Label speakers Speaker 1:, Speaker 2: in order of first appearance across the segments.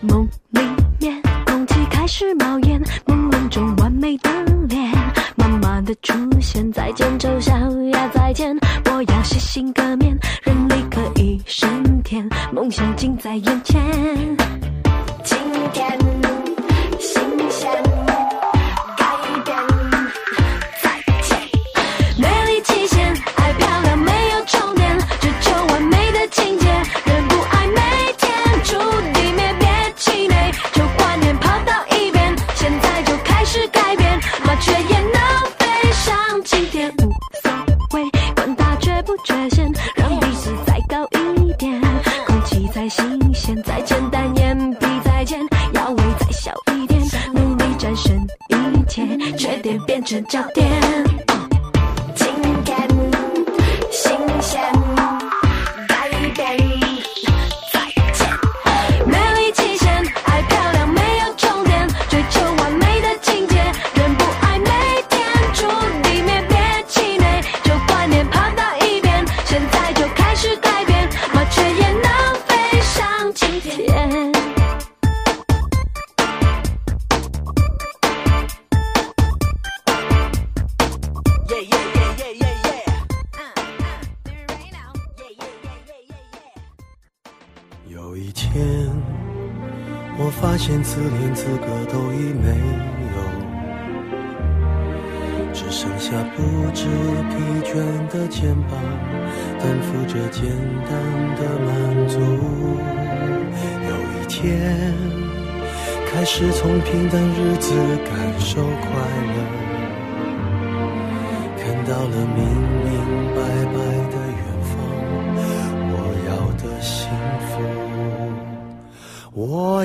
Speaker 1: 梦里面，空气开始冒烟，朦胧中完美的脸，慢慢的出现。再见，丑小鸭，再见，我要洗心革面，人力可以升天，梦想近在眼前。今天，新鲜，改变，再见。美丽极限，爱漂亮没有终点，追求完美的境界，人不爱每天注定灭，别气馁，旧观念抛到一边，现在就开始改变，麻雀也能飞上青天，无所谓，管它缺不缺陷，让历史再高一点，空气再新鲜，再简单，眼皮再尖，腰围再小一点，努力战胜一切，缺点变成焦点。今天新鲜，改变，再见。美丽极限，爱漂亮没有终点，追求完美的境界，人不爱每天注定灭，别气馁，旧观念抛到一边，现在就开始改变，麻雀也能飞上青天。
Speaker 2: 有一天，我发现自怜资格都已没有，只剩下不知疲倦的肩膀，担负着简单的满足。有一天，开始从平淡日子感受快乐，看到了明明白白的远方。我要的幸福，我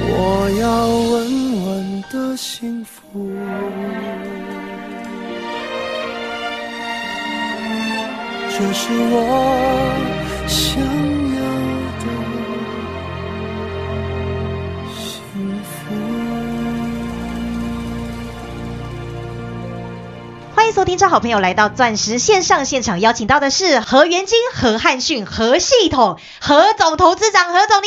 Speaker 2: 途。我要稳稳的幸福。这是我想要的幸福。
Speaker 3: 欢迎收听，这好朋友来到钻石线上现场，邀请到的是何元金、何汉逊、何系统、何总投资长，何总你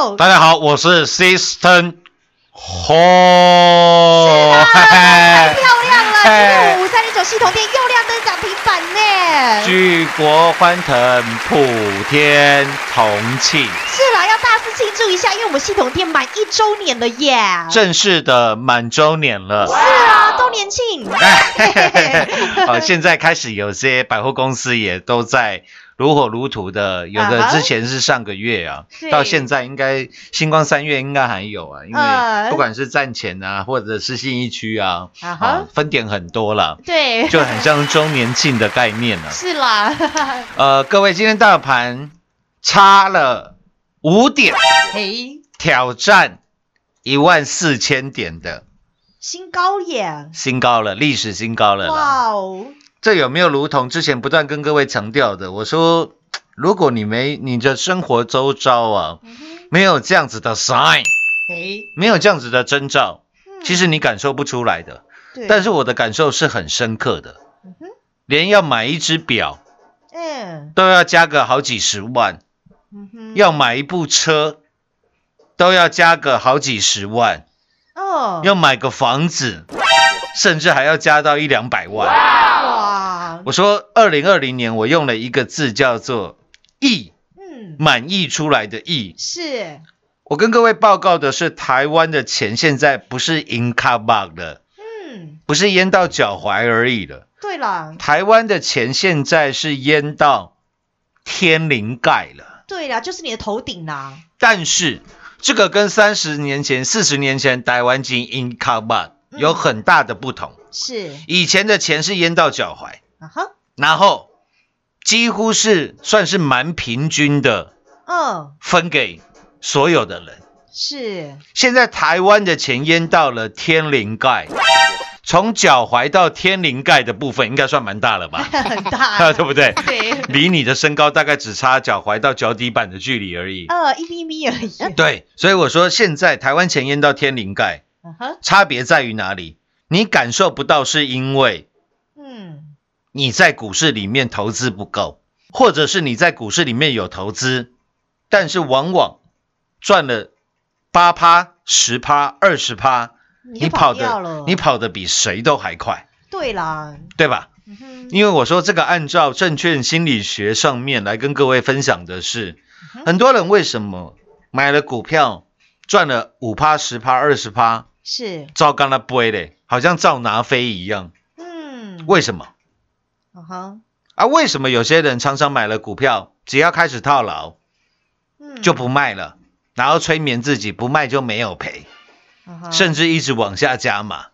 Speaker 3: 好。
Speaker 4: 大家好，我是 System 吼，嘿
Speaker 3: 太
Speaker 4: 嘿
Speaker 3: 漂亮了！今天
Speaker 4: 嘿
Speaker 3: 五三零九系统店又亮灯涨停板呢。
Speaker 4: 举国欢腾，普天同庆，
Speaker 3: 是啦，要大肆庆祝一下，因为我们系统店满一周年了耶。
Speaker 4: 正式的满周年 了。
Speaker 3: 是啊，周年庆。
Speaker 4: 嘿嘿嘿嘿好，呃现在开始有些百货公司也都在如火如荼的，有
Speaker 3: 啊
Speaker 4: 的
Speaker 3: 哈
Speaker 4: 之前是上个月啊
Speaker 3: 是，
Speaker 4: 到现在应该星光三月应该还有啊，因
Speaker 3: 嗯
Speaker 4: 为不管是站前啊，或者是信义区啊，
Speaker 3: 啊哈
Speaker 4: 啊分点很多了。
Speaker 3: 对，
Speaker 4: 就很像周年庆的概念了、
Speaker 3: 是啦。
Speaker 4: 呃，各位，今天大盘差了五点，
Speaker 3: 嘿，
Speaker 4: 挑战一万四千点的
Speaker 3: 新高耶！
Speaker 4: 新高了，历史新高了啦。
Speaker 3: 哇哦，
Speaker 4: 这有没有如同之前不断跟各位强调的？我说，如果你没你的生活周遭啊，
Speaker 3: 嗯哼
Speaker 4: 没有这样子的 sign，
Speaker 3: 哎，
Speaker 4: 没有这样子的征兆，其实你感受不出来的。
Speaker 3: 嗯对，
Speaker 4: 但是我的感受是很深刻的
Speaker 3: 嗯哼，
Speaker 4: 连要买一只表
Speaker 3: 嗯
Speaker 4: 都要加个好几十万，
Speaker 3: 嗯哼，
Speaker 4: 要买一部车都要加个好几十万，
Speaker 3: 哦，
Speaker 4: 要买个房子，甚至还要加到一两百万。
Speaker 3: 哇，
Speaker 4: 我说，二零二零年我用了一个字叫做“意”，
Speaker 3: 嗯，
Speaker 4: 满意出来的“意”。
Speaker 3: 是，
Speaker 4: 我跟各位报告的是，台湾的钱现在不是 in c a b a 了，
Speaker 3: 嗯，
Speaker 4: 不是淹到脚踝而已了。
Speaker 3: 对了，
Speaker 4: 台湾的钱现在是淹到天灵盖了，
Speaker 3: 对了，就是你的头顶啦，
Speaker 4: 但是这个跟三十年前、四十年前台湾金 in c a b a
Speaker 3: 嗯
Speaker 4: 有很大的不同。
Speaker 3: 是，
Speaker 4: 以前的钱是淹到脚踝，
Speaker 3: 啊哈，
Speaker 4: 然后几乎是算是蛮平均的
Speaker 3: 嗯，
Speaker 4: 分给所有的人。
Speaker 3: 是，
Speaker 4: 现在台湾的钱淹到了天灵盖，从脚踝到天灵盖的部分应该算蛮大了 吧？
Speaker 3: 很大，
Speaker 4: 对不啊对？
Speaker 3: 对，
Speaker 4: 离你的身高大概只差脚踝到脚底板的距离而已。
Speaker 3: 呃，一咪咪而已，
Speaker 4: 哦对，所以我说现在台湾钱淹到天灵盖，
Speaker 3: 啊哈，
Speaker 4: 差别在于哪里？你感受不到，是因为
Speaker 3: 嗯，
Speaker 4: 你在股市里面投资不够，或者是你在股市里面有投资，但是往往赚了八趴、十趴、二十趴，
Speaker 3: 你
Speaker 4: 你
Speaker 3: 就
Speaker 4: 跑
Speaker 3: 掉了
Speaker 4: 的，你跑的比谁都还快，
Speaker 3: 对啦，
Speaker 4: 对吧？
Speaker 3: 嗯哼，
Speaker 4: 因为我说这个按照证券心理学上面来跟各位分享的是
Speaker 3: 嗯，哼
Speaker 4: 很多人为什么买了股票赚了五趴、十趴、二十趴，
Speaker 3: 是，
Speaker 4: 照刚那不嘞，好像照拿飞一样，
Speaker 3: 嗯，
Speaker 4: 为什么？
Speaker 3: 啊哈，
Speaker 4: 啊，为什么有些人常常买了股票，只要开始套牢
Speaker 3: 嗯，
Speaker 4: 就不卖了，然后催眠自己不卖就没有赔，
Speaker 3: 啊哈，
Speaker 4: 甚至一直往下加码，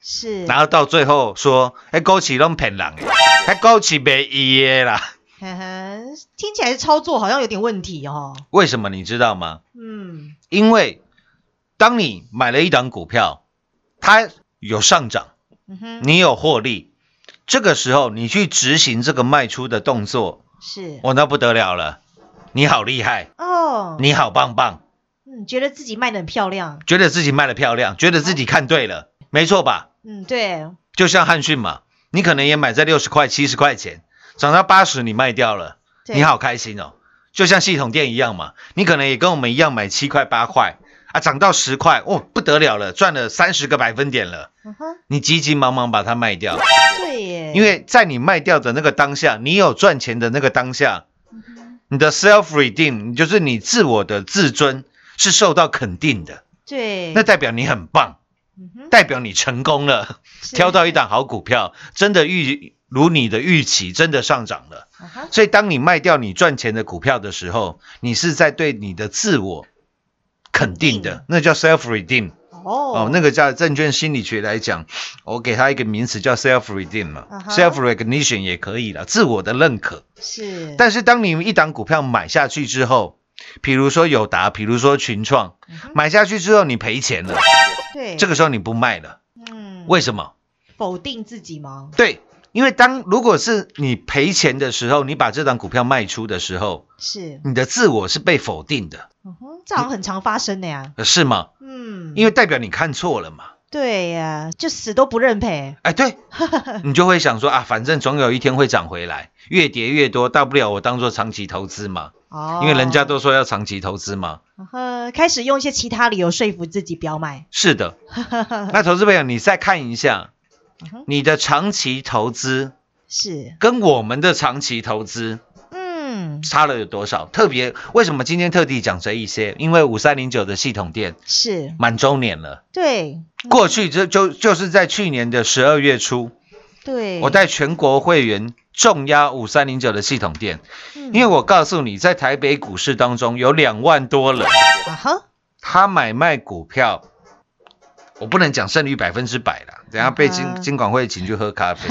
Speaker 3: 是，
Speaker 4: 然后到最后说，哎，枸杞拢骗人的，哎，枸杞没意的啦。
Speaker 3: 呵呵，听起来操作好像有点问题哦。
Speaker 4: 为什么你知道吗？
Speaker 3: 嗯，
Speaker 4: 因为当你买了一档股票，它有上涨，
Speaker 3: 嗯哼，
Speaker 4: 你有获利，这个时候你去执行这个卖出的动作，
Speaker 3: 是
Speaker 4: 哦，那不得了了，你好厉害，
Speaker 3: 哦，
Speaker 4: 你好棒棒。
Speaker 3: 嗯觉得自己卖的很漂亮，
Speaker 4: 觉得自己卖的漂亮，觉得自己看对了，没错吧？
Speaker 3: 嗯，对，
Speaker 4: 就像汉逊嘛，你可能也买在六十块、七十块钱，涨到八十你卖掉了，
Speaker 3: 对
Speaker 4: 你好开心哦。就像系统店一样嘛，你可能也跟我们一样买七块、八块啊，涨到十块，哦，不得了了，赚了三十个百分点了，
Speaker 3: 嗯哼，
Speaker 4: 你急急忙忙把它卖掉，
Speaker 3: 对耶，
Speaker 4: 因为在你卖掉的那个当下，你有赚钱的那个当下，
Speaker 3: 嗯
Speaker 4: 你的 self redeem，就是你自我的自尊是受到肯定的，
Speaker 3: 对，
Speaker 4: 那代表你很棒。
Speaker 3: 嗯哼
Speaker 4: 代表你成功了，
Speaker 3: 是
Speaker 4: 挑到一档好股票，真的预如你的预期，真的上涨了。
Speaker 3: 啊哈，
Speaker 4: 所以，当你卖掉你赚钱的股票的时候，你是在对你的自我肯定
Speaker 3: 肯
Speaker 4: 的，那叫 self redeem 哦
Speaker 3: 哦，
Speaker 4: 那个叫证券心理学来讲，我给它一个名词叫 self redeem 嘛、
Speaker 3: 啊哈
Speaker 4: s e l f recognition 也可以了，自我的认可。
Speaker 3: 是，
Speaker 4: 但是，当你一档股票买下去之后，比如说友达，比如说群创，买下去之后你赔钱了，
Speaker 3: 嗯对
Speaker 4: 这个时候你不卖了，
Speaker 3: 嗯，
Speaker 4: 为什么？
Speaker 3: 否定自己吗？
Speaker 4: 对，因为当如果是你赔钱的时候，你把这档股票卖出的时候，
Speaker 3: 是，
Speaker 4: 你的自我是被否定的，
Speaker 3: 嗯哼，这好像很常发生的呀，
Speaker 4: 呃是吗？
Speaker 3: 嗯，为
Speaker 4: 因为代表你看错了嘛。
Speaker 3: 对呀，就死都不认赔，
Speaker 4: 哎，对，你就会想说啊，反正总有一天会涨回来，越跌越多，大不了我当做长期投资嘛，
Speaker 3: 哦，
Speaker 4: 因为人家都说要长期投资嘛。
Speaker 3: 啊哈，开始用一些其他理由说服自己不要卖，
Speaker 4: 是 的，那投资朋友，你再看一下
Speaker 3: 嗯哼
Speaker 4: 你的长期投资
Speaker 3: 是，
Speaker 4: 跟我们的长期投资
Speaker 3: 嗯，
Speaker 4: 差了有多少？特别为什么今天特地讲这一些？因为五三零九的系统店
Speaker 3: 是，
Speaker 4: 满周年了，
Speaker 3: 对，
Speaker 4: 过去这就就是在去年的十二月初，
Speaker 3: 对，
Speaker 4: 我带全国会员重压五三零九的系统店，
Speaker 3: 嗯，
Speaker 4: 因为我告诉你，在台北股市当中有两万多人，
Speaker 3: 啊哈，
Speaker 4: 他买卖股票。我不能讲胜率百分之百啦，等下被
Speaker 3: 嗯
Speaker 4: 金
Speaker 3: 哼
Speaker 4: 金管会请去喝 咖啡。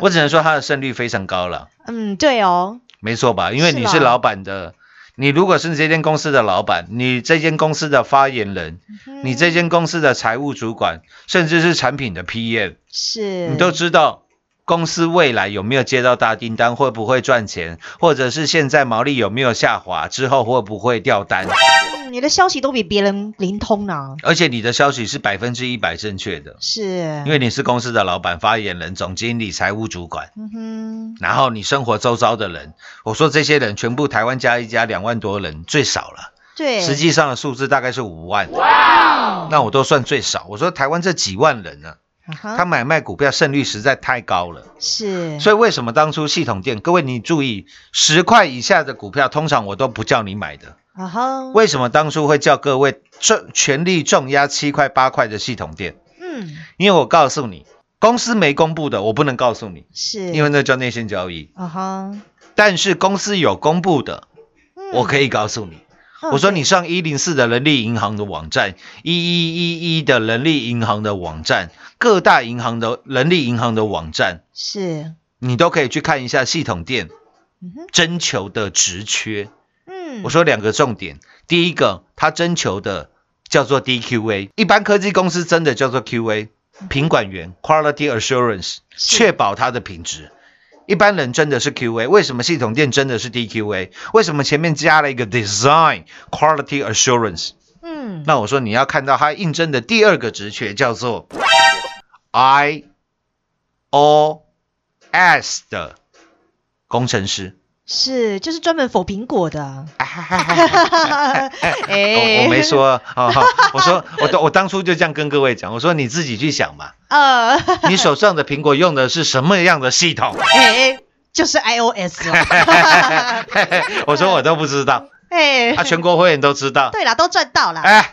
Speaker 4: 我只能说它的胜率非常高了，
Speaker 3: 嗯，对哦，
Speaker 4: 没错吧？因为你
Speaker 3: 是啊
Speaker 4: 是
Speaker 3: 啦
Speaker 4: 老板的，你如果是这间公司的老板，你这间公司的发言人，你这
Speaker 3: 嗯
Speaker 4: 间公司的财务主管，甚至是产品的 PM，
Speaker 3: 是，
Speaker 4: 你都知道公司未来有没有接到大订单，会不会赚钱，或者是现在毛利有没有下滑，之后会不会掉单，
Speaker 3: 嗯你的消息都比别人灵通呢、
Speaker 4: 而且你的消息是百分之一百正确的，
Speaker 3: 是
Speaker 4: 因，为你是公司的老板、发言人、总经理、财务主管，
Speaker 3: 嗯哼，
Speaker 4: 然后你生活周遭的人，我说这些人全部台湾加一加两万多人最少了，
Speaker 3: 对，
Speaker 4: 实际上的数字大概是五万，那我都算最少。我说台湾这几万人呢、
Speaker 3: 啊哈
Speaker 4: 他买卖股票胜率实在太高了。
Speaker 3: 是，
Speaker 4: 所
Speaker 3: 以
Speaker 4: 以为什么当初系统店，各位你注意，十块以下的股票通常我都不叫你买的。
Speaker 3: 啊哈，
Speaker 4: 为什么当初会叫各位重全力重压七块八块的系统店？
Speaker 3: 嗯，
Speaker 4: 因为我告诉你，公司没公布的我不能告诉你，
Speaker 3: 是，
Speaker 4: 因为那叫内线交易。
Speaker 3: 啊哈，
Speaker 4: 但是公司有公布的，我可
Speaker 3: 以，
Speaker 4: 以告诉你。
Speaker 3: 嗯
Speaker 4: 我说你上一零四的人力银行的网站，一一一一的人力银行的网站，各大银行的人力银行的网站，
Speaker 3: 是，
Speaker 4: 你都可以去看一下系统店
Speaker 3: 嗯哼，
Speaker 4: 征求的职缺。
Speaker 3: 嗯，
Speaker 4: 我说两个重点，第一个，它征求的叫做 DQA，一般科技公司真的叫做 QA，品管员 （Quality Assurance），
Speaker 3: 嗯是
Speaker 4: 确保它的品质。一般人真的是 QA，为什么系统店真的是 DQA？为什么前面加了一个 Design Quality Assurance？
Speaker 3: 嗯，
Speaker 4: 那我说你要看到他应征的第二个职缺叫做 I O S 的工程师。
Speaker 3: 是，就是专门否苹果的，
Speaker 4: 我
Speaker 3: 哎
Speaker 4: 我没，说，哦、我说我当我当初就这样跟各位讲，我说你自己去想 嘛，
Speaker 3: 呃，
Speaker 4: 你手上的苹果用的是什么样的系统？
Speaker 3: 哎，就是 iOS 哦，
Speaker 4: 我说我都不知道，
Speaker 3: 哎，
Speaker 4: 啊，全国会员都知道，
Speaker 3: 对啦，啊都赚到啦，
Speaker 4: 哎，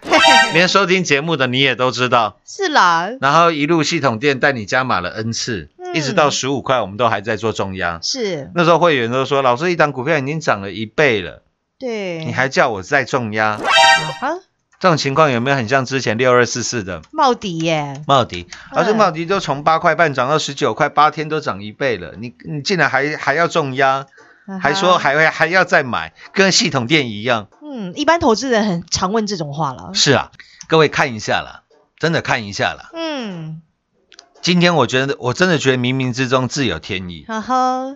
Speaker 4: 连收听节目的你也都知道，
Speaker 3: 是啦，
Speaker 4: 然后一路系统店带你加码了 N 次，
Speaker 3: 嗯
Speaker 4: 一直到十五块，我们都还在做重压。
Speaker 3: 是，
Speaker 4: 那时候会员都说，老师一档股票已经涨了一倍了，
Speaker 3: 对，
Speaker 4: 你还叫我再重压？
Speaker 3: 啊，
Speaker 4: 这种情况有没有很像之前六二四四的
Speaker 3: 茂迪耶，
Speaker 4: 茂迪？老师，
Speaker 3: 嗯
Speaker 4: 茂迪都从八块半涨到十九块，八天都涨一倍了，你你竟然还还要重压，
Speaker 3: 啊哈
Speaker 4: 还说，还会还要再买，跟系统店一样。
Speaker 3: 嗯，一般投资人很常问这种话了，
Speaker 4: 是啊，各位看一下啦，真的看一下啦。
Speaker 3: 嗯，
Speaker 4: 今天我觉得我真的觉得冥冥之中自有天意。
Speaker 3: 哈哈，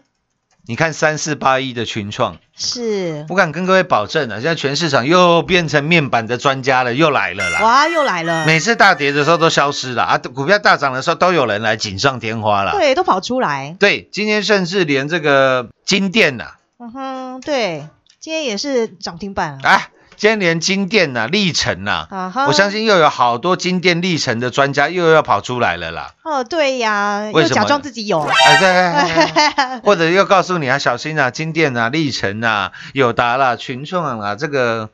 Speaker 4: 你看三四八一的群创，
Speaker 3: 是，
Speaker 4: 我敢跟各位保证啊，现在全市场又变成面板的专家了，又来了啦。
Speaker 3: 哇，又来了，
Speaker 4: 每次大跌的时候都消失了啊，股票大涨的时候都有人来锦上添花了。
Speaker 3: 对，都跑出来，
Speaker 4: 对，今天甚至连这个金店呐、
Speaker 3: 嗯哼，对，今天也是涨停板
Speaker 4: 啊，
Speaker 3: 啊，
Speaker 4: 今天连金店呐、历程呐、
Speaker 3: 啊哈
Speaker 4: 我相信又有好多金店历程的专家又要跑出来了啦。
Speaker 3: 哦，对呀，
Speaker 4: 为
Speaker 3: 又
Speaker 4: 什么
Speaker 3: 假装自己有，
Speaker 4: 哎，对哎，哎 哎或者又告诉你啊，小心啊，金店啊，历程啊，友达啦，群创啊，这个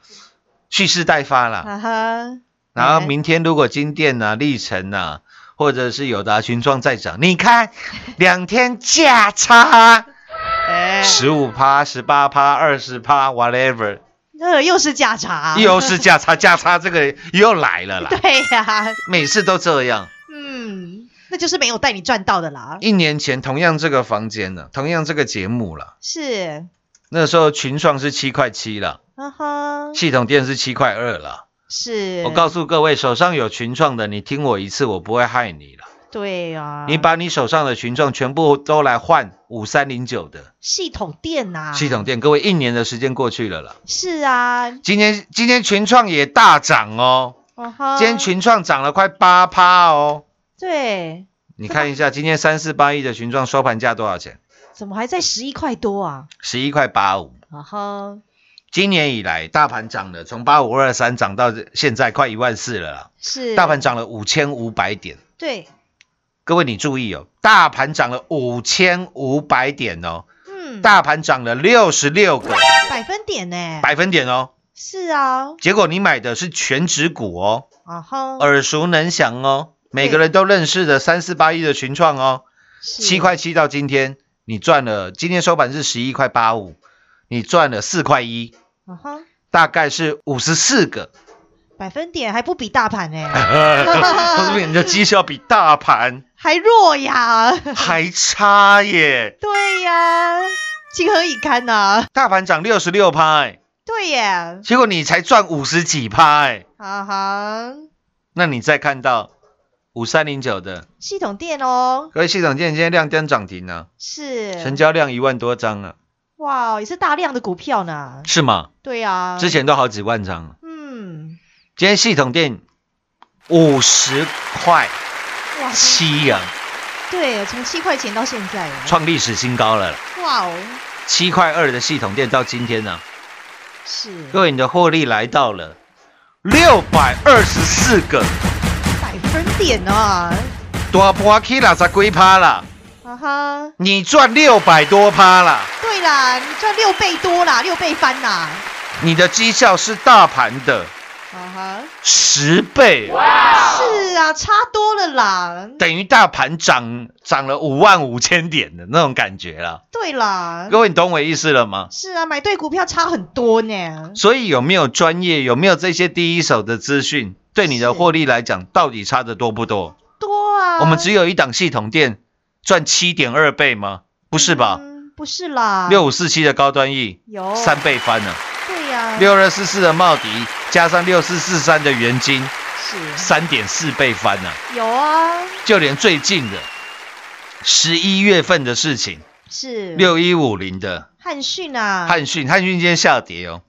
Speaker 4: 蓄势待发啦。
Speaker 3: 啊哈，
Speaker 4: 然后
Speaker 3: 哎
Speaker 4: 明天如果金店啊、历程啊，或者是友达群创再涨，你看两天价差
Speaker 3: 哎，
Speaker 4: 十五趴、十八趴、二十趴，whatever，
Speaker 3: 那又是价差，
Speaker 4: 又是价差，价差这个又来了啦，
Speaker 3: 对呀，
Speaker 4: 每次都这样。
Speaker 3: 嗯，那就是没有带你赚到的啦，
Speaker 4: 一年前同样这个房间呢、同样这个节目了，
Speaker 3: 是，
Speaker 4: 那时候群创是七块七了，
Speaker 3: 啊哈，
Speaker 4: 系统店是七块二了。
Speaker 3: 是，
Speaker 4: 我告诉各位，手上有群创的，你听我一次，我不会害你了。
Speaker 3: 对呀，
Speaker 4: 你把你手上的群众全部都来换五三零九的
Speaker 3: 系统店呐、
Speaker 4: 系统店，各位一年的时间过去了啦。
Speaker 3: 是啊，
Speaker 4: 今天今天群创也大涨哦，
Speaker 3: 嗯哼，
Speaker 4: 今天群创涨了快八趴哦。
Speaker 3: 对，
Speaker 4: 你看一下，今天三四八一的群创收盘价多少钱？
Speaker 3: 怎么还在十一块多啊？
Speaker 4: 十一块八五。
Speaker 3: 啊哈，
Speaker 4: 今年以来，大盘涨了，从八五二三涨到现在快一万四了啦。
Speaker 3: 是
Speaker 4: 大盘涨了五千五百点，
Speaker 3: 对，
Speaker 4: 各位你注意哦，大盘涨了五千五百点哦，
Speaker 3: 嗯，
Speaker 4: 大盘涨了六十六个
Speaker 3: 百分点呢、
Speaker 4: 百分点哦。
Speaker 3: 是啊，
Speaker 4: 结果你买的是全指股哦，
Speaker 3: 啊哈，
Speaker 4: 耳熟能详哦，每个人都认识的三四八一的群创哦，
Speaker 3: 是
Speaker 4: 七块七到今天你赚了，今天收盘是十一块八五，你赚了四块一，
Speaker 3: 啊哈，
Speaker 4: 大概是五十四 个，
Speaker 3: 百分点还不比大盘呢、
Speaker 4: 说明你的绩效比大盘
Speaker 3: 还弱呀，
Speaker 4: 还差耶，
Speaker 3: 对呀，情何以堪呐、
Speaker 4: 大盘涨六十六趴哎，
Speaker 3: 对耶，
Speaker 4: 结果你才赚五十几趴哎，
Speaker 3: 啊哈，
Speaker 4: 那你再看到五三零九的，
Speaker 3: 系统店哦，
Speaker 4: 各位系统店今天亮灯涨停呢、
Speaker 3: 是，哦
Speaker 4: 成交量一万多张啊，
Speaker 3: 哇，也是大量的股票呢，
Speaker 4: 是吗？
Speaker 3: 对呀、啊，
Speaker 4: 之前都好几万张了，
Speaker 3: 嗯
Speaker 4: 今天系统店五十块七呀、
Speaker 3: 对，从七块钱到现在哦，
Speaker 4: 创历史新高了啦。
Speaker 3: 哇哦，
Speaker 4: 七块二的系统店到今天呢、啊
Speaker 3: 是
Speaker 4: 各位你的获利来到了六百二十四个，
Speaker 3: 百分点啊，
Speaker 4: 多波 K 啦，才龟趴啦，
Speaker 3: 啊哈，
Speaker 4: 你赚六百多趴啦，
Speaker 3: 对啦，你赚六倍多啦，六倍翻啦，
Speaker 4: 你的绩效是大盘的
Speaker 3: 啊
Speaker 4: 十倍，
Speaker 3: 哈，是啊，差多了啦，
Speaker 4: 等于大盘涨涨了五万五千点的那种感觉啦。
Speaker 3: 对啦，
Speaker 4: 各位，你懂我意思了吗？
Speaker 3: 是啊，买对股票差很多呢，
Speaker 4: 所以有没有专业，有没有这些第一手的资讯，对你
Speaker 3: 是
Speaker 4: 的获利来讲，到底差的多不多？
Speaker 3: 多啊，
Speaker 4: 我们只有一档系统店赚七点二倍吗？不是吧？
Speaker 3: 嗯哦不是啦，
Speaker 4: 六五四七的高端 E
Speaker 3: 有
Speaker 4: 三倍翻了，
Speaker 3: 对呀、
Speaker 4: 六二四四的茂迪加上六四四三的元金
Speaker 3: 是
Speaker 4: 三点四倍翻了，
Speaker 3: 有啊，
Speaker 4: 就连最近的十一月份的事情，
Speaker 3: 是
Speaker 4: 六一五零的
Speaker 3: 汉逊啊，
Speaker 4: 汉讯，汉讯今天下跌哦，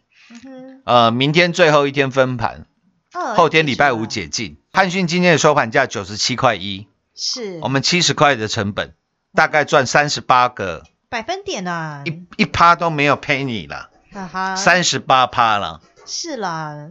Speaker 3: 嗯
Speaker 4: 呃，明天最后一天分盘，
Speaker 3: 哼
Speaker 4: 后天礼拜五，
Speaker 3: 二
Speaker 4: 解禁。汉讯今天的收盘价九十七块一，
Speaker 3: 是
Speaker 4: 我们七十块的成本，大概赚三十八个
Speaker 3: 百分点啊，
Speaker 4: 一一趴都没有 penny 啦，
Speaker 3: 哈哈，
Speaker 4: 三十八趴啦。
Speaker 3: 是啦，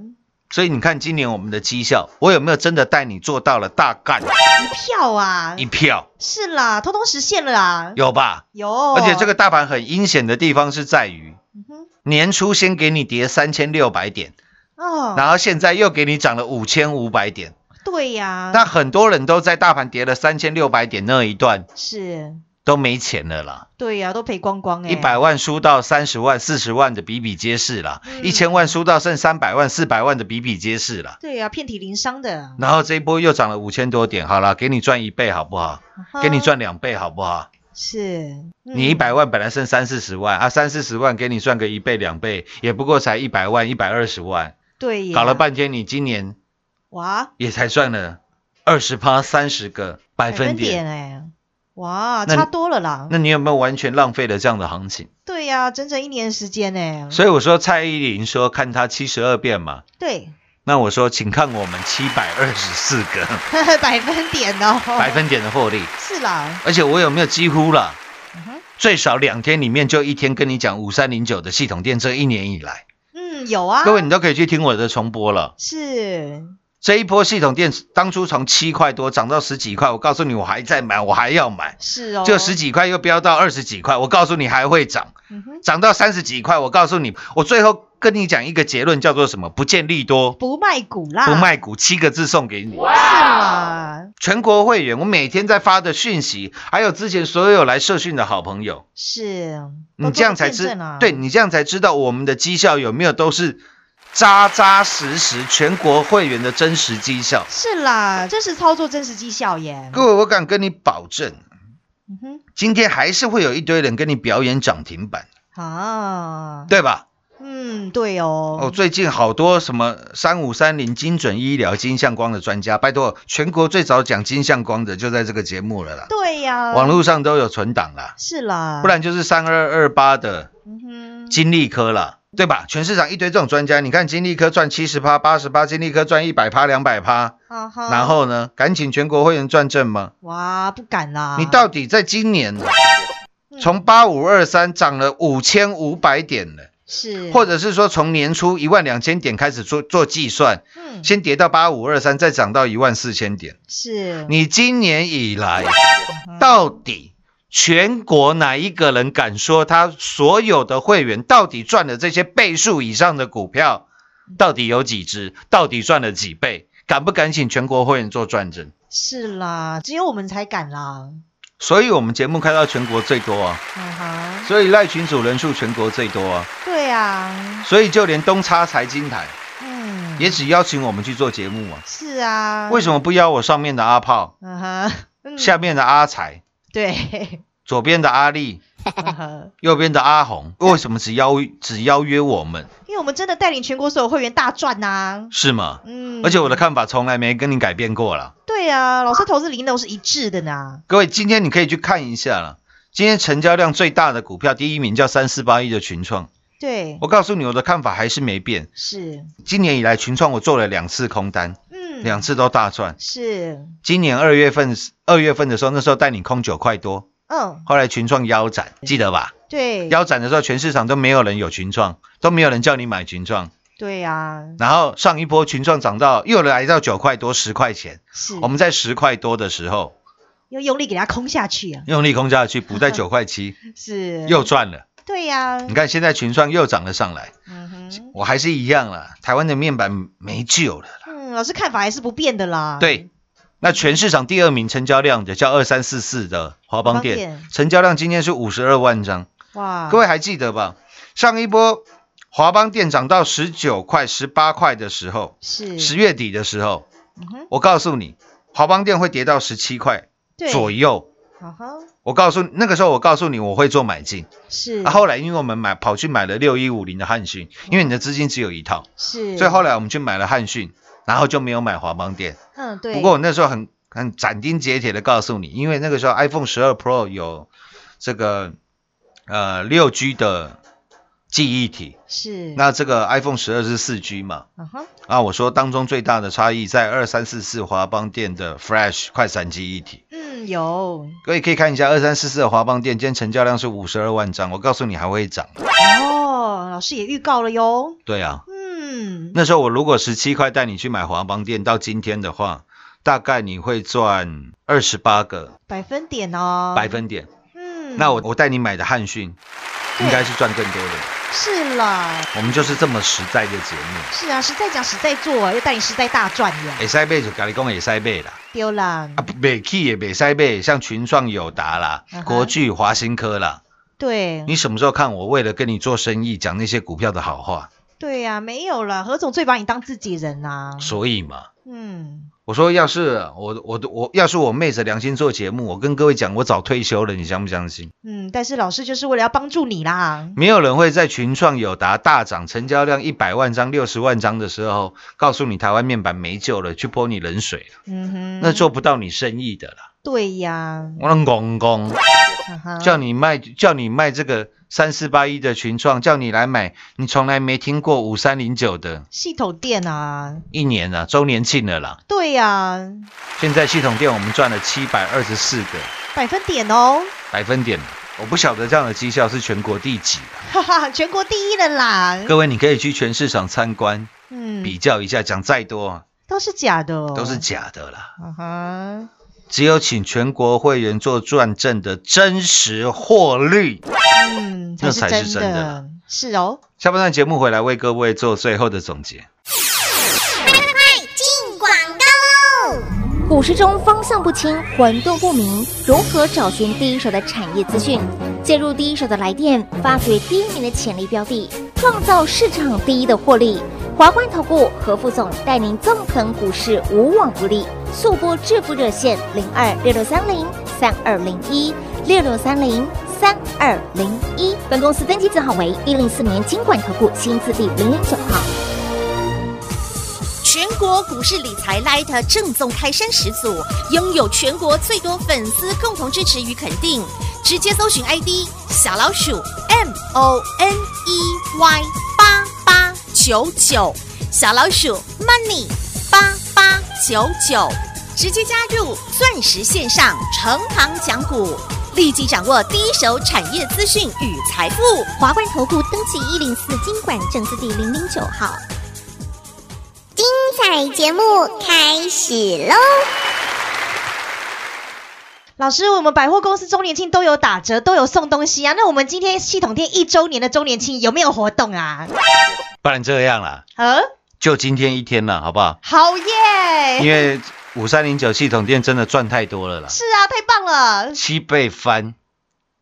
Speaker 4: 所以你看今年我们的绩效，我有没有真的带你做到了大干
Speaker 3: 一票啊，
Speaker 4: 一票？
Speaker 3: 是啦，通通实现了啊，
Speaker 4: 有吧？
Speaker 3: 有，
Speaker 4: 而且这个大盘很阴险的地方是在于，
Speaker 3: 嗯哼，
Speaker 4: 年初先给你跌三千六百点，
Speaker 3: 哦，
Speaker 4: 然后现在又给你涨了五千五百点。
Speaker 3: 对呀、
Speaker 4: 那很多人都在大盘跌了三千六百点那一段
Speaker 3: 是，
Speaker 4: 都没钱了啦。
Speaker 3: 对呀、都赔光光哎、
Speaker 4: 一百万输到三十万、四十万的比比皆是啦，
Speaker 3: 嗯
Speaker 4: 一千万输到剩三百万、四百万的比比皆是啦。
Speaker 3: 对呀、遍体鳞伤的，
Speaker 4: 然后这一波又涨了五千多点，好啦，给你赚一倍好不好？嗯
Speaker 3: 哈哈
Speaker 4: 给你赚两倍好不好？
Speaker 3: 是，嗯
Speaker 4: 你一百万本来剩三四十万啊，三四十万给你赚个一倍两倍，也不过才一百万、一百二十万，
Speaker 3: 对呀，
Speaker 4: 搞了半天你今年
Speaker 3: 哇
Speaker 4: 也才赚了二十趴、三十个百分点，
Speaker 3: 哎、哇，
Speaker 4: 那
Speaker 3: 差多了啦，
Speaker 4: 那你有没有完全浪费了这样的行情？
Speaker 3: 对呀、整整一年时间哎、
Speaker 4: 所以我说蔡依林说看她七十二变嘛，
Speaker 3: 对，
Speaker 4: 那我说，请看我们七百二十四个
Speaker 3: 哦百分点哦，
Speaker 4: 百分点的获利，
Speaker 3: 是啦，
Speaker 4: 而且我有没有几乎啦？
Speaker 3: 嗯哼
Speaker 4: 最少两天里面就一天跟你讲五三零九的系统店，这一年以来，
Speaker 3: 嗯，有啊，
Speaker 4: 各位你都可以去听我的重播了。
Speaker 3: 是，
Speaker 4: 这一波系统店当初从七块多涨到十几块，我告诉你我还在买，我还要买，
Speaker 3: 是哦，
Speaker 4: 就十，几块又飙到二十几块，我告诉你还会涨，
Speaker 3: 嗯哼，
Speaker 4: 涨到三十几块，我告诉你，我最后跟你讲一个结论叫做什么？不见利多，
Speaker 3: 不卖股啦，啊
Speaker 4: 不卖股，七个字送给你。
Speaker 3: 是啦，
Speaker 4: 全国会员，我每天在发的讯息，还有之前所有来社训的好朋友，
Speaker 3: 是，都做
Speaker 4: 你嗯这样才
Speaker 3: 见
Speaker 4: 知
Speaker 3: 证啊，
Speaker 4: 对你这样才知道我们的绩效有没有都是扎扎实实全国会员的真实绩效。
Speaker 3: 是啦，真实操作，真实绩效耶，
Speaker 4: 各位，我敢跟你保证，
Speaker 3: 嗯哼，
Speaker 4: 今天还是会有一堆人跟你表演涨停板，
Speaker 3: 啊，
Speaker 4: 对吧？
Speaker 3: 嗯，对哦，
Speaker 4: 哦，最近好多什么三五三零精准医疗金相光的专家，拜托，全国最早讲金相光的就在这个节目了啦，
Speaker 3: 对啊呀，
Speaker 4: 网络上都有存档啦，
Speaker 3: 是啦，
Speaker 4: 不，然就是三二二八的。
Speaker 3: 嗯哼，
Speaker 4: 金利科啦，对吧？全市场一堆这种专家，你看金利科赚七十趴、八十趴，金利科赚一百趴、两百趴，
Speaker 3: 啊哈，
Speaker 4: 然后呢，敢请全国会员赚正吗？
Speaker 3: 哇，不敢啦，
Speaker 4: 你到底在今年
Speaker 3: 嗯
Speaker 4: 从八五二三涨了五千五百点了，
Speaker 3: 是，
Speaker 4: 或者是说从年初一万两千点开始做做计算，
Speaker 3: 嗯，
Speaker 4: 先跌到八五二三，再涨到一万四千点，
Speaker 3: 是，
Speaker 4: 你今年以来
Speaker 3: 嗯
Speaker 4: 到底？全国哪一个人敢说他所有的会员到底赚了这些倍数以上的股票，
Speaker 3: 嗯
Speaker 4: 到底有几只，到底赚了几倍？敢不敢请全国会员做转正？
Speaker 3: 是啦，只有我们才敢啦，
Speaker 4: 所以我们节目开到全国最多啊，
Speaker 3: 嗯哼，
Speaker 4: 所以赖群主人数全国最多啊，
Speaker 3: 对啊，
Speaker 4: 所以就连东差财经台
Speaker 3: 嗯，
Speaker 4: 也只邀请我们去做节目啊。
Speaker 3: 是啊，
Speaker 4: 为什么不邀我上面的阿炮，
Speaker 3: 嗯哼，嗯
Speaker 4: 下面的阿财，
Speaker 3: 对，
Speaker 4: 左边的阿力，
Speaker 3: 嗯哼
Speaker 4: 右边的阿红？为什么只邀只邀约我们？
Speaker 3: 因为我们真的带领全国所有会员大赚呐、
Speaker 4: 是吗？
Speaker 3: 嗯，
Speaker 4: 而且我的看法从来没跟你改变过了。
Speaker 3: 对啊，老师投资理念都是一致的呢，
Speaker 4: 各位，今天你可以去看一下了。今天成交量最大的股票，第一名叫三四八一的群创，
Speaker 3: 对，
Speaker 4: 我告诉你，我的看法还是没变。
Speaker 3: 是，
Speaker 4: 今年以来，群创我做了两次空单，
Speaker 3: 嗯，
Speaker 4: 两次都大赚。
Speaker 3: 是，
Speaker 4: 今年二月份，二月份的时候，那时候带你空九块多，
Speaker 3: 嗯，
Speaker 4: 后来群创腰斩，记得吧？
Speaker 3: 对，
Speaker 4: 腰斩的时候，全市场都没有人有群创，都没有人叫你买群创。
Speaker 3: 对啊，
Speaker 4: 然后上一波群创涨到又来到九块多、十块钱，
Speaker 3: 是，
Speaker 4: 我们在十块多的时候
Speaker 3: 要用力给它空下去啊，
Speaker 4: 用力空下去，补在九块 七，
Speaker 3: 是，
Speaker 4: 又赚了。
Speaker 3: 对呀、
Speaker 4: 你看现在群创又涨了上来，
Speaker 3: 嗯哼，
Speaker 4: 我还是一样啦，台湾的面板没救了。
Speaker 3: 嗯，老师看法还是不变的啦，，
Speaker 4: 对，那全市场第二名成交量的叫二三四四的华
Speaker 3: 华
Speaker 4: 邦
Speaker 3: 邦啊
Speaker 4: 店
Speaker 3: 店，
Speaker 4: 成交量今天是五十二万张，
Speaker 3: 哇，
Speaker 4: 各位还记得吧？上一波华邦店涨到十九块、十八块的时候，
Speaker 3: 是，
Speaker 4: 十月底的时候，
Speaker 3: 嗯哼，
Speaker 4: 我告诉你，华邦店会跌到十七块
Speaker 3: 对，
Speaker 4: 左右。
Speaker 3: 好好，
Speaker 4: 我告诉你，那个时候我告诉你我会做买进，
Speaker 3: 是，
Speaker 4: 啊、后来因为我们买跑去买了六一五零的汉讯，因为你的资金只有一套，
Speaker 3: 是，
Speaker 4: 所以后来我们去买了汉讯，然后就没有买华邦店。
Speaker 3: 嗯，对，
Speaker 4: 不过我那时候很很斩钉截铁的告诉你，因为那个时候 iPhone 十二 Pro 有这个呃六 G 的记忆体，
Speaker 3: 是，
Speaker 4: 那这个 iPhone 十二是四 G 嘛，
Speaker 3: 嗯哼，
Speaker 4: 啊，我说当中最大的差异在二三四四华邦电的 Flash 快闪记忆体。
Speaker 3: 嗯，有，
Speaker 4: 各位可以看一下二三四四的华邦电，今天成交量是五十二万张，我告诉你还会涨。
Speaker 3: 哦，老师也预告了哟，
Speaker 4: 对啊，
Speaker 3: 嗯，
Speaker 4: 那时候我如果十七块带你去买华邦电，到今天的话，大概你会赚二十八个
Speaker 3: 百分点哦，
Speaker 4: 百，分点。
Speaker 3: 嗯，
Speaker 4: 那我我带你买的汉讯，
Speaker 3: 对
Speaker 4: 应该是赚更多的。
Speaker 3: 是啦，
Speaker 4: 我们就是这么实在的节目，
Speaker 3: 是啊，实在讲实在做啊，要带你实在大赚呀，
Speaker 4: 也塞贝就跟你讲也塞贝啦，
Speaker 3: 丢啦，
Speaker 4: 哎啊，美企也美塞贝，像群创、友达啦
Speaker 3: 嗯哼、嗯
Speaker 4: 国巨、华新科啦，
Speaker 3: 对，
Speaker 4: 你什么时候看我为了跟你做生意讲那些股票的好话？
Speaker 3: 对呀、没有啦，何总最把你当自己人啦、
Speaker 4: 所以嘛，
Speaker 3: 嗯，
Speaker 4: 我说要是我我我要是我妹子良心做节目，我跟各位讲，我早退休了，你相不相信？
Speaker 3: 嗯，但是老师就是为了要帮助你啦。
Speaker 4: 没有人会在群创、友达大涨、成交量一百万张、六十万张的时候，告诉你台湾面板没救了，去泼你冷水。
Speaker 3: 嗯哼，
Speaker 4: 那做不到你生意的啦。
Speaker 3: 对呀、
Speaker 4: 我能公公
Speaker 3: 哈哈
Speaker 4: 叫你卖，叫你卖这个三四八一的群创，叫你来买，你从来没听过五三零九的，
Speaker 3: 系统店啊，
Speaker 4: 一年了、周年庆了啦。
Speaker 3: 对呀、
Speaker 4: 现在系统店我们赚了七百二十四个
Speaker 3: 百分点哦，
Speaker 4: 百分点，我不晓得这样的绩效是全国第几啦
Speaker 3: 哈哈， 全国第一了啦。
Speaker 4: 各位，你可以去全市场参观比
Speaker 3: 嗯，
Speaker 4: 较一下，讲再多
Speaker 3: 都是假的、哦，
Speaker 4: 都是。假的啦。
Speaker 3: 啊哈，
Speaker 4: 只有请全国会员做转正的真实获利。
Speaker 3: 嗯，
Speaker 4: 那才是
Speaker 3: 是
Speaker 4: 真的
Speaker 3: 的。是哦，
Speaker 4: 下半段节目回来为各位做最后的总结。
Speaker 5: 进广告喽！股市中方向不清、混沌不明，如何找寻第一手的产业资讯？介入第一手的来电，发掘第一名的潜力标的，创造市场第一的获利。华冠投顾何副总带您纵横股市，无往不利。速播致富热线零二六六三零三二零一六六三零三二零一。本公司登记字号为一零四年经管投顾新字第零零九号。全国股市理财 Light 正宗开山始祖，拥有全国最多粉丝共同支持与肯定。直接搜寻 ID 小老鼠 M O N E Y 八八九九，小老鼠 Money 八八九九，直接加入钻石线上成行讲股，立即掌握第一手产业资讯与财富。华冠投顾登记一零四经管证字第零零九号。彩节目开始喽！
Speaker 3: 老师，我们百货公司周年庆都有打折，都有送东西啊。那我们今天系统店一周年的周年庆有没有活动啊？
Speaker 4: 不然这样啦，
Speaker 3: 呃，
Speaker 4: 就今天一天了，好不好？
Speaker 3: 好
Speaker 4: 因
Speaker 3: 耶！
Speaker 4: 为五三零九系统店真的赚太多了啦，
Speaker 3: 是啊，太棒了，
Speaker 4: 七倍翻，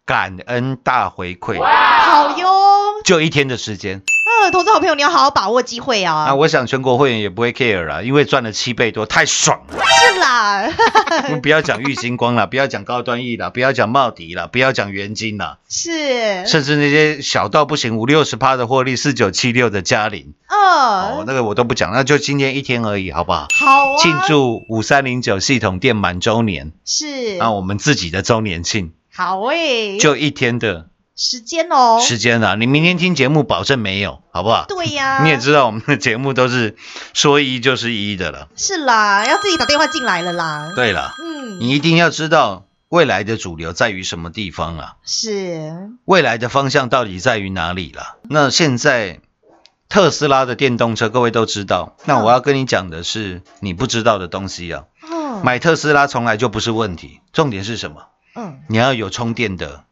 Speaker 4: 感恩大回馈，
Speaker 3: 好哟。
Speaker 4: 就一天的时间。
Speaker 3: 嗯，投资好朋友，你要好好把握机会
Speaker 4: 那
Speaker 3: 啊！
Speaker 4: 我想全国会员也不会 care 啦，因为赚了七倍多，太爽了。
Speaker 3: 是啦，
Speaker 4: 我们不要讲玉金光啦，不要讲高端 E 啦，不要讲茂迪啦，不要讲元金啦，
Speaker 3: 是，
Speaker 4: 甚至那些小到不行五六十趴的获利，四九七六的嘉玲，哦，
Speaker 3: 嗯，
Speaker 4: 那个我都不讲，那就今天一天而已，好不好？
Speaker 3: 好啊，
Speaker 4: 庆祝五三零九系统店满周年，
Speaker 3: 是，
Speaker 4: 那我们自己的周年庆，
Speaker 3: 好诶，
Speaker 4: 就一天的
Speaker 3: 时间哦。
Speaker 4: 时间啊，你明天听节目保证没有，好不好？
Speaker 3: 对啊呀、
Speaker 4: 你也知道我们的节目都是说一就是一的了。
Speaker 3: 是啦，要自己打电话进来了啦。
Speaker 4: 对了，
Speaker 3: 嗯，
Speaker 4: 你一定要知道未来的主流在于什么地方啊，
Speaker 3: 是
Speaker 4: 未来的方向到底在于哪里了、那现在特斯拉的电动车，各位都知道。那我要跟你讲的是你不知道的东西啊。
Speaker 3: 哦，
Speaker 4: 买特斯拉从来就不是问题，重点是什么？
Speaker 3: 嗯，
Speaker 4: 你要有充电的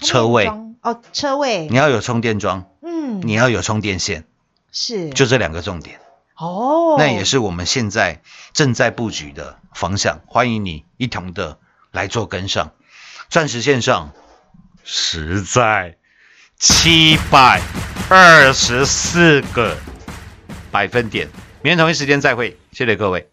Speaker 4: 车
Speaker 3: 充电
Speaker 4: 位，
Speaker 3: 桩哦，车位
Speaker 4: 你，要有充电桩，
Speaker 3: 嗯，
Speaker 4: 你要有充电线，
Speaker 3: 是
Speaker 4: 就这两个重点。
Speaker 3: 哦，
Speaker 4: 那也是我们现在正在布局的方向，欢迎你一同的来做跟上。钻石线上实在七百二十四个百分点，明天同一时间再会，谢谢各位。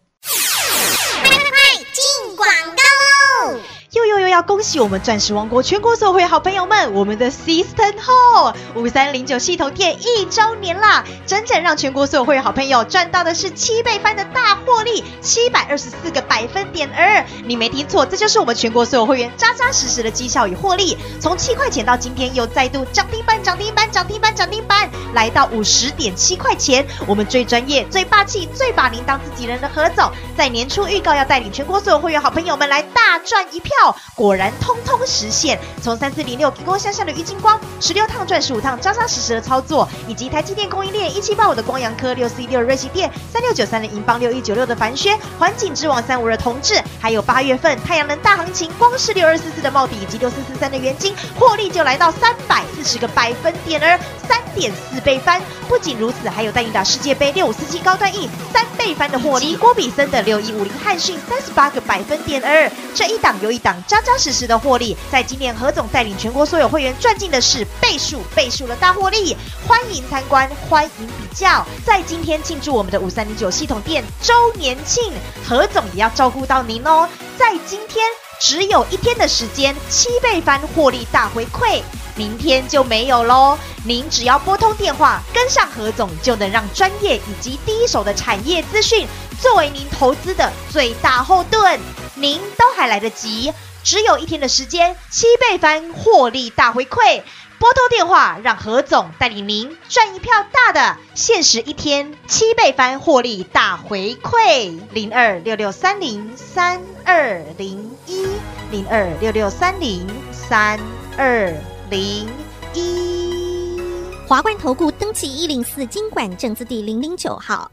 Speaker 5: 进广告喽！
Speaker 3: 又又又要恭喜我们钻石王国全国所有会员好朋友们，我们的 System Hall 五三零九系统店一周年啦，整整让全国所有会员好朋友赚到的是七倍翻的大获利，七百二十四个百分点二，你没听错，这就是我们全国所有会员扎扎实实的绩效与获利，从七块钱到今天又再度涨停板、涨停板、涨停板、涨停板，来到五十点七块钱，我们最专业、最霸气、最把您当自己人的何总，在年初预告要带领全国所有会员好朋友们来大赚一票，果然通通实现。从三四零六给光向下的郁金光，十六趟赚十五趟，扎扎实实的操作，以及台积电供应链一七八五的光阳科，六四一六的瑞奇电，三六九三的银邦，六一九六的凡轩，环境之王三五的同志，还有八月份太阳能大行情，光是六二四四的茂底以及六四四三的元金，获利就来到三百四十个百分点而三点四倍翻。不仅如此，还有带你打世界杯六五四七高端 E 三倍翻的获利，郭比森的六一五零汉逊三十八个百分点二，这一档又一档，扎扎实实的获利。在今年何总带领全国所有会员赚进的是倍数倍数的大获利，欢迎参观，欢迎比较。在今天庆祝我们的五三零九系统店周年庆，何总也要照顾到您哦。在今天只有一天的时间，七倍翻获利大回馈。明天就没有喽。您只要拨通电话，跟上何总，就能让专业以及第一手的产业资讯作为您投资的最大后盾。您都还来得及，只有一天的时间，七倍翻获利大回馈。拨通电话，让何总带领您赚一票大的，限时一天七倍翻获利大回馈，零二六六三零三二零一，零二六六三零三二零一。
Speaker 5: 华冠投顾登记一零四经管证字第零零九号。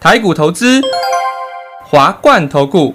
Speaker 6: 台股投资，华冠投顾。